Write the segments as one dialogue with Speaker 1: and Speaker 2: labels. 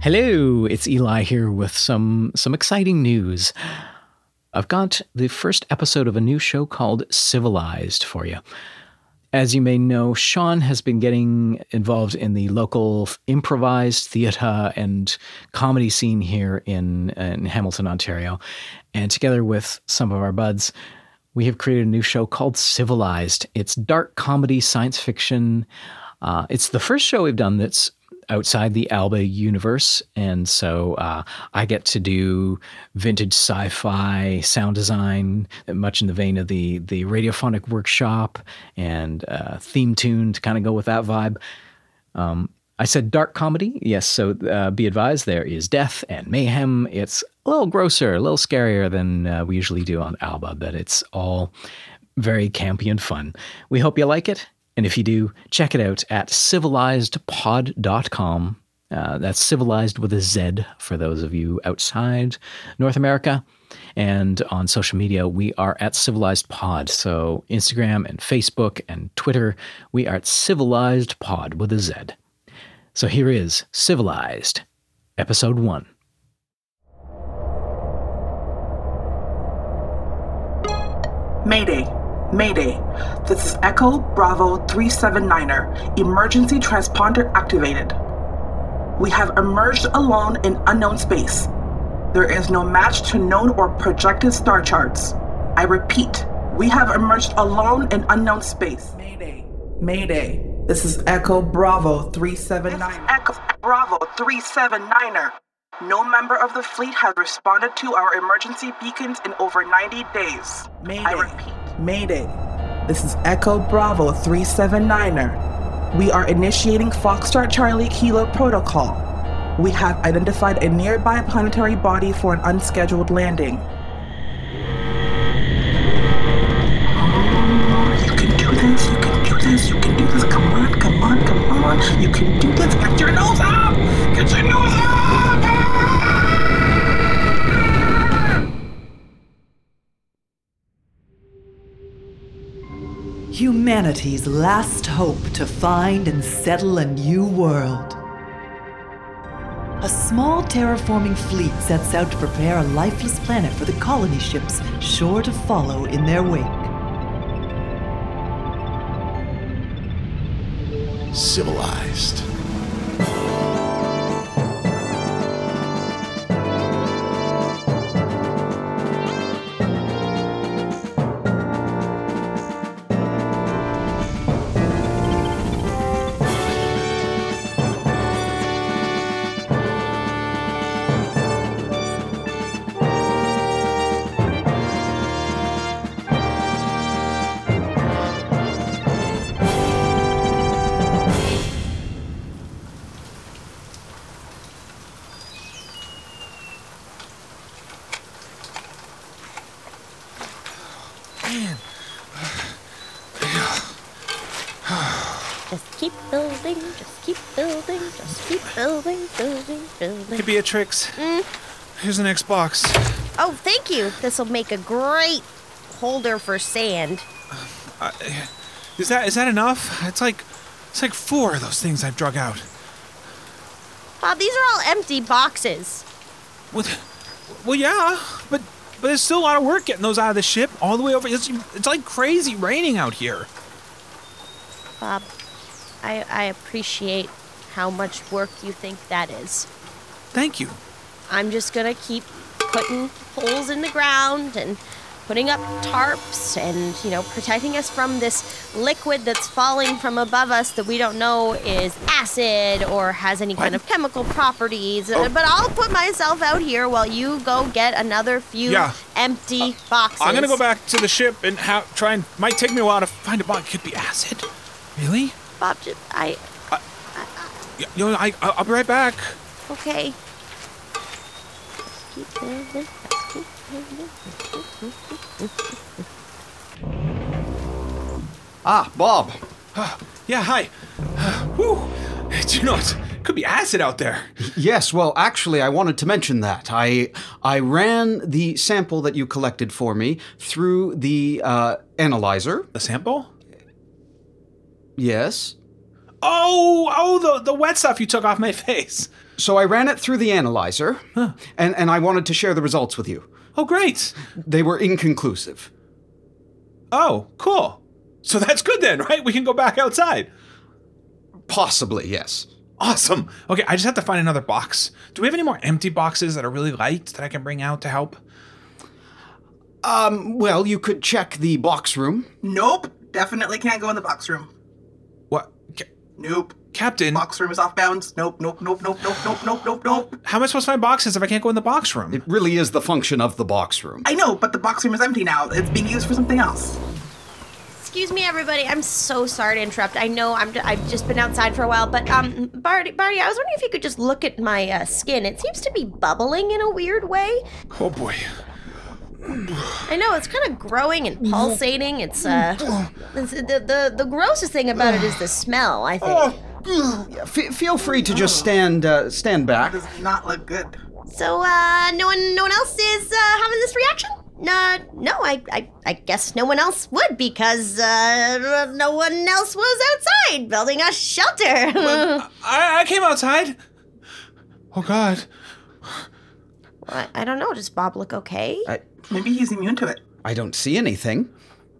Speaker 1: Hello, it's Eli here with some some exciting news. I've got the first episode of a new show called Civilized for you. As you may know, Sean has been getting involved in the local improvised theater and comedy scene here in, in Hamilton, Ontario. And together with some of our buds, we have created a new show called Civilized. It's dark comedy, science fiction. Uh, it's the first show we've done that's outside the Alba universe. And so uh, I get to do vintage sci fi sound design, much in the vein of the, the radiophonic workshop and uh, theme tune to kind of go with that vibe. Um, I said dark comedy. Yes, so uh, be advised, there is death and mayhem. It's a little grosser, a little scarier than uh, we usually do on Alba, but it's all very campy and fun. We hope you like it. And if you do, check it out at civilizedpod.com. Uh, that's civilized with a Z for those of you outside North America. And on social media, we are at Civilized Pod. So Instagram and Facebook and Twitter, we are at Civilized Pod with a Z. So here is Civilized, Episode 1.
Speaker 2: Mayday, Mayday. This is Echo Bravo 379er. Emergency transponder activated. We have emerged alone in unknown space. There is no match to known or projected star charts. I repeat, we have emerged alone in unknown space. Mayday, Mayday. This is Echo Bravo 379. Echo Bravo 379er. No member of the fleet has responded to our emergency beacons in over 90 days. Mayday. I repeat. Mayday. This is Echo Bravo 379er. We are initiating Foxtrot Charlie Kilo protocol. We have identified a nearby planetary body for an unscheduled landing. You can do this, you can do this, you can do this. Come on, come on, come on. You can do this. Get your nose up! Get your nose up!
Speaker 3: Humanity's last hope to find and settle a new world. A small terraforming fleet sets out to prepare a lifeless planet for the colony ships sure to follow in their wake.
Speaker 4: civilized.
Speaker 5: Just keep building, just keep building, just keep building, building, building.
Speaker 6: Hey, Beatrix. Here's the next box.
Speaker 5: Oh, thank you. This will make a great holder for sand.
Speaker 6: Is that is that enough? It's like it's like four of those things I've drug out.
Speaker 5: Bob, these are all empty boxes.
Speaker 6: Well, well yeah, but but there's still a lot of work getting those out of the ship all the way over. It's, it's like crazy raining out here.
Speaker 5: Bob, I, I appreciate how much work you think that is.
Speaker 6: Thank you.
Speaker 5: I'm just gonna keep putting holes in the ground and putting up tarps and you know protecting us from this liquid that's falling from above us that we don't know is acid or has any kind of chemical properties
Speaker 6: Oh.
Speaker 5: Uh, but i'll put myself out here while you go get another few
Speaker 6: Yeah. Uh,
Speaker 5: empty boxes
Speaker 6: I'm gonna go back to the ship and ha- try and might take me a while to find a box. Could be acid. Really?
Speaker 5: bob just, i
Speaker 6: Y- You know, I I- I'll be right back.
Speaker 5: okay Let's keep building, let's keep building.
Speaker 7: Ah, Bob.
Speaker 6: Yeah, hi. Whew. Do you know it could be acid out there?
Speaker 7: Yes, well, actually, I wanted to mention that. I I ran the sample that you collected for me through the uh, analyzer.
Speaker 6: The sample?
Speaker 7: Yes.
Speaker 6: Oh, oh, the the wet stuff you took off my face.
Speaker 7: So I ran it through the analyzer, and, and I wanted to share the results with you.
Speaker 6: Oh, great.
Speaker 7: They were inconclusive.
Speaker 6: Oh, cool. So that's good then, right? We can go back outside.
Speaker 7: Possibly, yes.
Speaker 6: Awesome. Okay, I just have to find another box. Do we have any more empty boxes that are really light that I can bring out to help?
Speaker 7: Mm, Well, you could check the box room.
Speaker 2: Nope. Definitely can't go in the box room.
Speaker 6: What, Ca-
Speaker 2: Nope.
Speaker 6: Captain?
Speaker 2: Box room is off bounds. Nope, nope, nope, nope, nope, nope, nope, nope, nope.
Speaker 6: How am I supposed to find boxes if I can't go in the box room?
Speaker 7: It really is the function of the box room.
Speaker 2: I know, but the box room is empty now. It's being used for something else.
Speaker 5: Excuse me, everybody. I'm so sorry to interrupt. I know I'm. I've just been outside for a while, but um, Barty, Barty, I was wondering if you could just look at my uh, skin. It seems to be bubbling in a weird way.
Speaker 6: oh boy.
Speaker 5: I know it's kind of growing and pulsating. It's uh, it's, the the the grossest thing about it is the smell. I think.
Speaker 7: F- feel free to just stand uh, stand back.
Speaker 2: Does not look good.
Speaker 5: So uh, no one no one else is uh, having this reaction. Uh, no, I, I I guess no one else would because uh, no one else was outside building a shelter.
Speaker 6: I, I came outside. Oh god.
Speaker 5: I, I don't know. Does Bob look okay?
Speaker 2: Maybe he's immune to it.
Speaker 7: I don't see anything.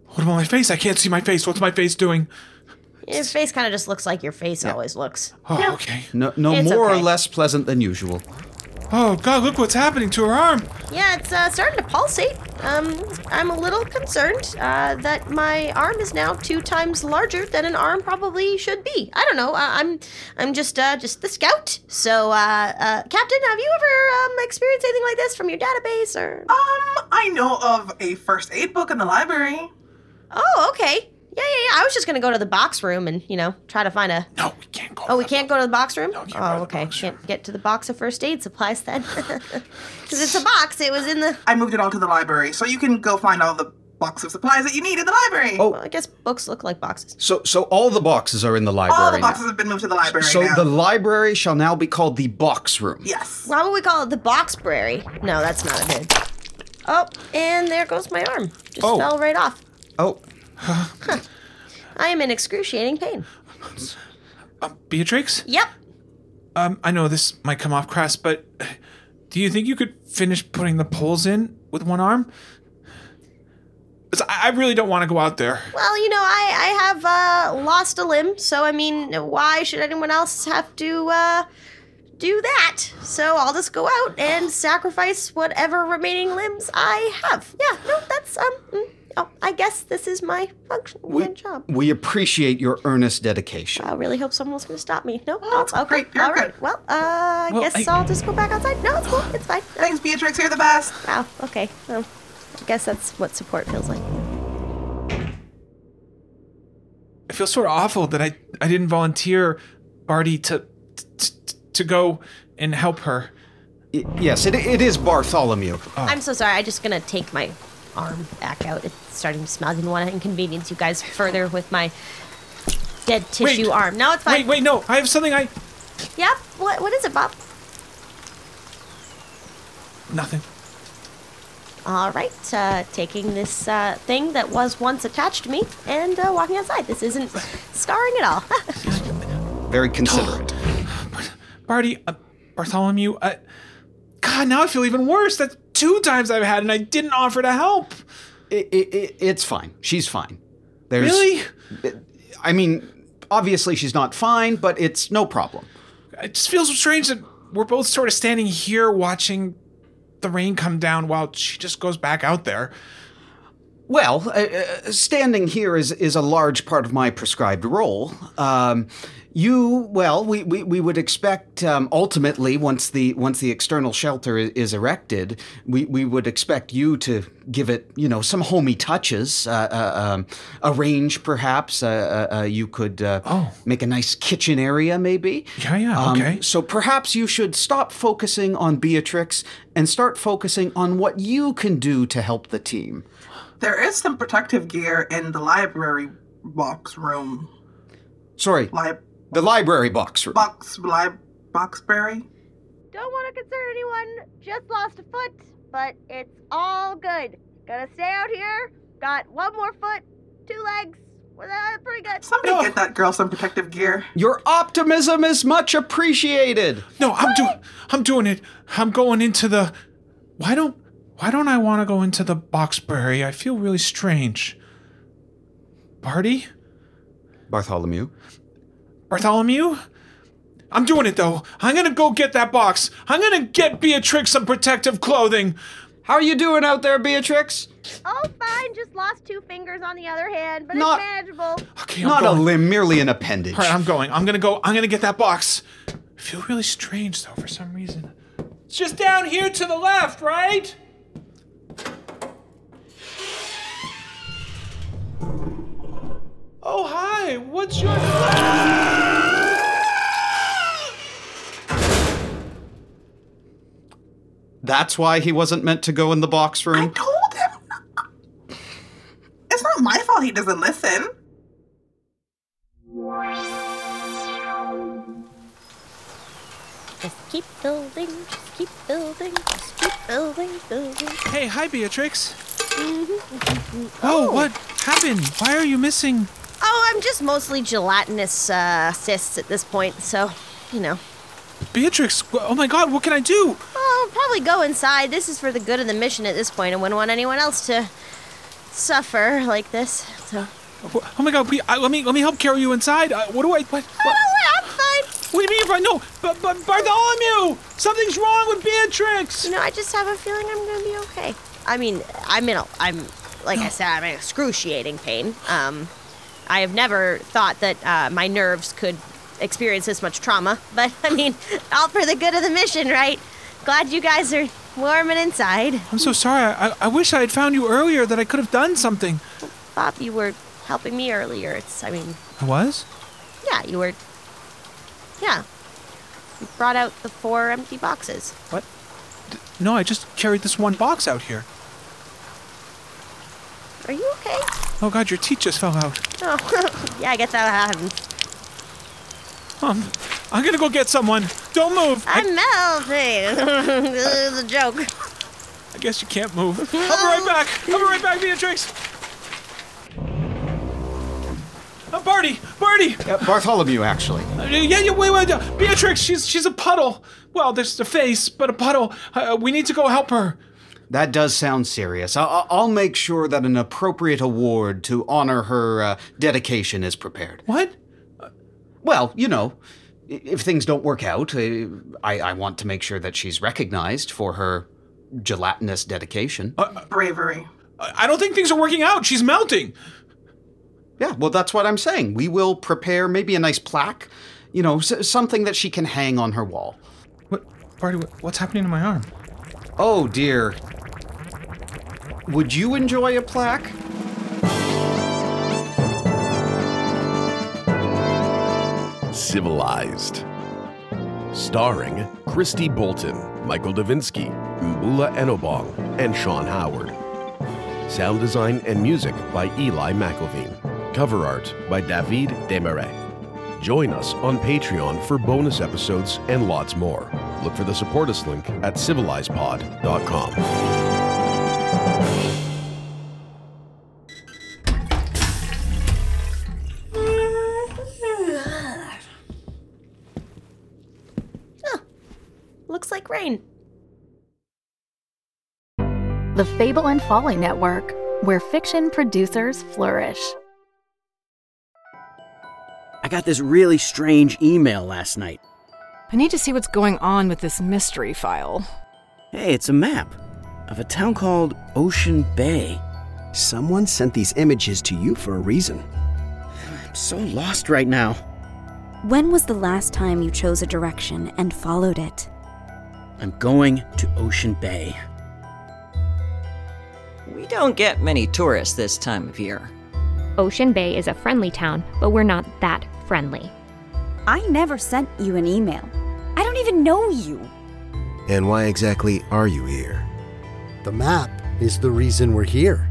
Speaker 6: What about my face? I can't see my face. What's my face doing?
Speaker 5: Your face kind of just looks like your face always looks.
Speaker 6: Oh, okay.
Speaker 7: No, no
Speaker 5: It's
Speaker 7: more
Speaker 5: okay.
Speaker 7: or less pleasant than usual.
Speaker 6: Oh god, look what's happening to her arm.
Speaker 5: Yeah, it's uh, starting to pulsate. Um, I'm a little concerned uh, that my arm is now two times larger than an arm probably should be. I don't know. Uh, I'm I'm just uh, just the scout. So, uh, uh, Captain, have you ever um, experienced anything like this from your database or?
Speaker 2: Um, I know of a first aid book in the library.
Speaker 5: Oh, okay. Yeah, yeah, yeah. I was just gonna go to the box room and you know try to find a.
Speaker 6: No, we can't go.
Speaker 5: Oh, we can't go to the box room.
Speaker 6: can't go to
Speaker 5: oh,
Speaker 6: the
Speaker 5: okay.
Speaker 6: box
Speaker 5: Can't get to the box of first aid supplies then, because it's a box. It was in the.
Speaker 2: I moved it all to the library, so you can go find all the box of supplies that you need in the library.
Speaker 7: Oh,
Speaker 5: Well, I guess books look like boxes.
Speaker 7: So so all the boxes are in the library.
Speaker 2: all the
Speaker 7: now.
Speaker 2: boxes have been moved to the library
Speaker 7: So
Speaker 2: now.
Speaker 7: the library shall now be called the box room.
Speaker 2: yes.
Speaker 5: Why would we call it the boxbrary? No, that's not good. Oh, and there goes my arm. Just
Speaker 6: Oh.
Speaker 5: fell right off.
Speaker 7: Oh,
Speaker 5: I am in excruciating pain.
Speaker 6: Um, Beatrix?
Speaker 5: Yep.
Speaker 6: Um, I know this might come off crass, but do you think you could finish putting the poles in with one arm? 'Cause I, I really don't want to go out there.
Speaker 5: Well, you know, I I have uh, lost a limb, so I mean, why should anyone else have to uh, do that? So I'll just go out and sacrifice whatever remaining limbs I have. Yeah. No, that's um. mm, Oh, I guess this is my function, my job.
Speaker 7: we appreciate your earnest dedication.
Speaker 5: I really hope someone's going to stop me. No, no, okay,
Speaker 2: great. You're
Speaker 5: all right.
Speaker 2: good.
Speaker 5: Well, uh, I
Speaker 6: Well,
Speaker 5: guess
Speaker 6: I-
Speaker 5: I... will just go back outside. No, it's cool. It's fine. Uh,
Speaker 2: Thanks, Beatrix. You're the best.
Speaker 5: wow. Okay. Um, I guess that's what support feels like.
Speaker 6: I feel sort of awful that I, I didn't volunteer Barty to, to to go and help her.
Speaker 7: Y- yes, it, it is Bartholomew. Uh,
Speaker 5: I'm so sorry. I'm just gonna take my arm back out. It's starting to smell. I didn't want to inconvenience you guys further with my dead tissue arm. No, it's fine.
Speaker 6: Wait, wait, no. I have something I.
Speaker 5: Yep. What? What is it, Bob?
Speaker 6: Nothing.
Speaker 5: All right, uh, taking this uh, thing that was once attached to me and uh, walking outside. This isn't scarring at all.
Speaker 7: Very considerate.
Speaker 6: Barty, uh, Bartholomew, uh, God, now I feel even worse. That's two times I've had, and I didn't offer to help.
Speaker 7: I- I- I- it's fine. She's fine. There's,
Speaker 6: Really?
Speaker 7: I mean, obviously she's not fine, but it's no problem.
Speaker 6: it just feels strange that we're both sort of standing here watching the rain come down while she just goes back out there.
Speaker 7: Well, uh, uh, standing here is, is a large part of my prescribed role. Um, you, well, we, we, we would expect um, ultimately once the once the external shelter i- is erected, we, we would expect you to give it you know some homey touches, uh, uh, um, arrange perhaps. Uh, uh, uh, you could uh, make a nice kitchen area maybe.
Speaker 6: Oh, Yeah, yeah,
Speaker 7: Um,
Speaker 6: okay.
Speaker 7: So perhaps you should stop focusing on Beatrix and start focusing on what you can do to help the team.
Speaker 2: There is some protective gear in the library box room.
Speaker 7: Sorry.
Speaker 2: Lib-
Speaker 7: the library box room.
Speaker 2: box lib boxberry.
Speaker 8: Don't want to concern anyone. Just lost a foot, but it's all good. Gonna stay out here. Got one more foot, two legs. Well, that's pretty good.
Speaker 2: Somebody get that girl some protective gear.
Speaker 7: Your optimism is much appreciated.
Speaker 6: No, I'm doing I'm doing it. I'm going into the Why don't why don't I want to go into the boxbury? I feel really strange. Barty?
Speaker 7: Bartholomew.
Speaker 6: Bartholomew? I'm doing it though. I'm gonna go get that box. I'm gonna get Beatrix some protective clothing.
Speaker 7: How are you doing out there, Beatrix?
Speaker 8: Oh, fine. Just lost two fingers on the other hand, but
Speaker 7: Not-
Speaker 8: it's manageable.
Speaker 6: Okay, I'm
Speaker 7: Not a
Speaker 6: going.
Speaker 7: limb, merely an appendage.
Speaker 6: All right, I'm going. I'm gonna go. I'm gonna get that box. I feel really strange though for some reason. It's just down here to the left, right? Oh hi. What's your?
Speaker 7: That's why he wasn't meant to go in the box
Speaker 2: I
Speaker 7: room.
Speaker 2: told him. It's not my fault he doesn't listen.
Speaker 5: Just keep building, just keep building, just keep building, building.
Speaker 6: Hey, hi Beatrix. Oh, what happened? Why are you missing?
Speaker 5: Oh, I'm just mostly gelatinous uh, cysts at this point, so, you know.
Speaker 6: Beatrix, wh- oh my god, what can I do?
Speaker 5: I'll probably go inside. This is for the good of the mission at this point. I wouldn't want anyone else to suffer like this. So,
Speaker 6: Wh- Oh my god, we, I, let me let me help carry you inside. Uh, what do I what,
Speaker 5: oh,
Speaker 6: what?
Speaker 5: no, I'm fine.
Speaker 6: What do you mean if I no? But but Bartholomew, something's wrong with Beatrix.
Speaker 5: You know, I just have a feeling I'm gonna be okay. I mean, I'm in a, I'm, like I said, I'm in excruciating pain. Um, I have never thought that uh, my nerves could experience this much trauma, but I mean, all for the good of the mission, right? Glad you guys are warm and inside.
Speaker 6: I'm so sorry. I, I wish I had found you earlier. That I could have done something.
Speaker 5: Bob, you were helping me earlier. It's, I mean,
Speaker 6: I was.
Speaker 5: Yeah, you were. Yeah. You brought out the four empty boxes.
Speaker 6: What? D- No, I just carried this one box out here.
Speaker 5: Are you okay?
Speaker 6: Oh God, your teeth just fell out.
Speaker 5: Oh, yeah, I guess that happens.
Speaker 6: Um, I'm gonna go get someone. Don't move. I,
Speaker 5: I'm melting. this is a joke.
Speaker 6: I guess you can't move. I'll be right back. I'll be right back, Beatrix. Uh, Barty, Barty.
Speaker 7: Uh, Bartholomew, actually.
Speaker 6: Uh, Yeah, yeah, wait, wait. uh, Beatrix, she's she's a puddle. Well, there's a face, but a puddle. Uh, we need to go help her.
Speaker 7: That does sound serious. I- I- I'll make sure that an appropriate award to honor her uh, dedication is prepared.
Speaker 6: What?
Speaker 7: Well, you know, i- if things don't work out, uh, I, I want to make sure that she's recognized for her gelatinous dedication.
Speaker 2: Bravery.
Speaker 6: I I don't think things are working out. She's melting.
Speaker 7: Yeah, well, that's what I'm saying. We will prepare maybe a nice plaque, you know, s- something that she can hang on her wall.
Speaker 6: What, Barty? What, what's happening to my arm?
Speaker 7: Oh dear. Would you enjoy a plaque?
Speaker 4: Civilized. Starring Christy Bolton, Michael Davinsky, Mbula Enobong, and Sean Howard. Sound design and music by Eli McElveen. Cover art by David Desmarais. Join us on Patreon for bonus episodes and lots more. Look for the support us link at civilizedpod.com.
Speaker 5: Looks like rain.
Speaker 9: The Fable and Folly Network, where fiction producers flourish.
Speaker 10: I got this really strange email last night.
Speaker 11: I need to see what's going on with this mystery file.
Speaker 2: Hey, it's a map of a town called Ocean Bay. Someone sent these images to you for a reason. I'm so lost right now.
Speaker 9: When was the last time you chose a direction and followed it?
Speaker 2: I'm going to Ocean Bay.
Speaker 12: We don't get many tourists this time of year.
Speaker 13: Ocean Bay is a friendly town, but we're not that friendly.
Speaker 9: I never sent you an email. I don't even know you.
Speaker 14: And why exactly are you here?
Speaker 15: The map is the reason we're here.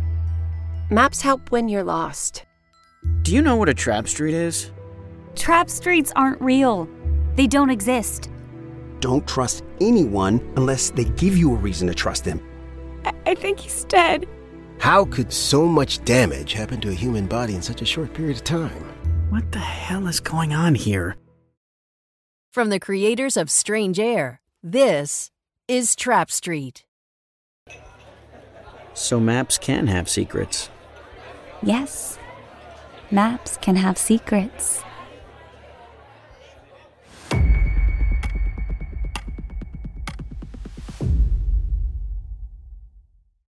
Speaker 16: Maps help when you're lost.
Speaker 2: Do you know what a trap street is?
Speaker 9: Trap streets aren't real, they don't exist.
Speaker 2: Don't trust anyone unless they give you a reason to trust them.
Speaker 16: I, I think he's dead.
Speaker 14: How could so much damage happen to a human body in such a short period of time?
Speaker 2: What the hell is going on here?
Speaker 17: From the creators of Strange Air, this is Trap Street.
Speaker 2: So maps can have secrets.
Speaker 9: Yes, maps can have secrets.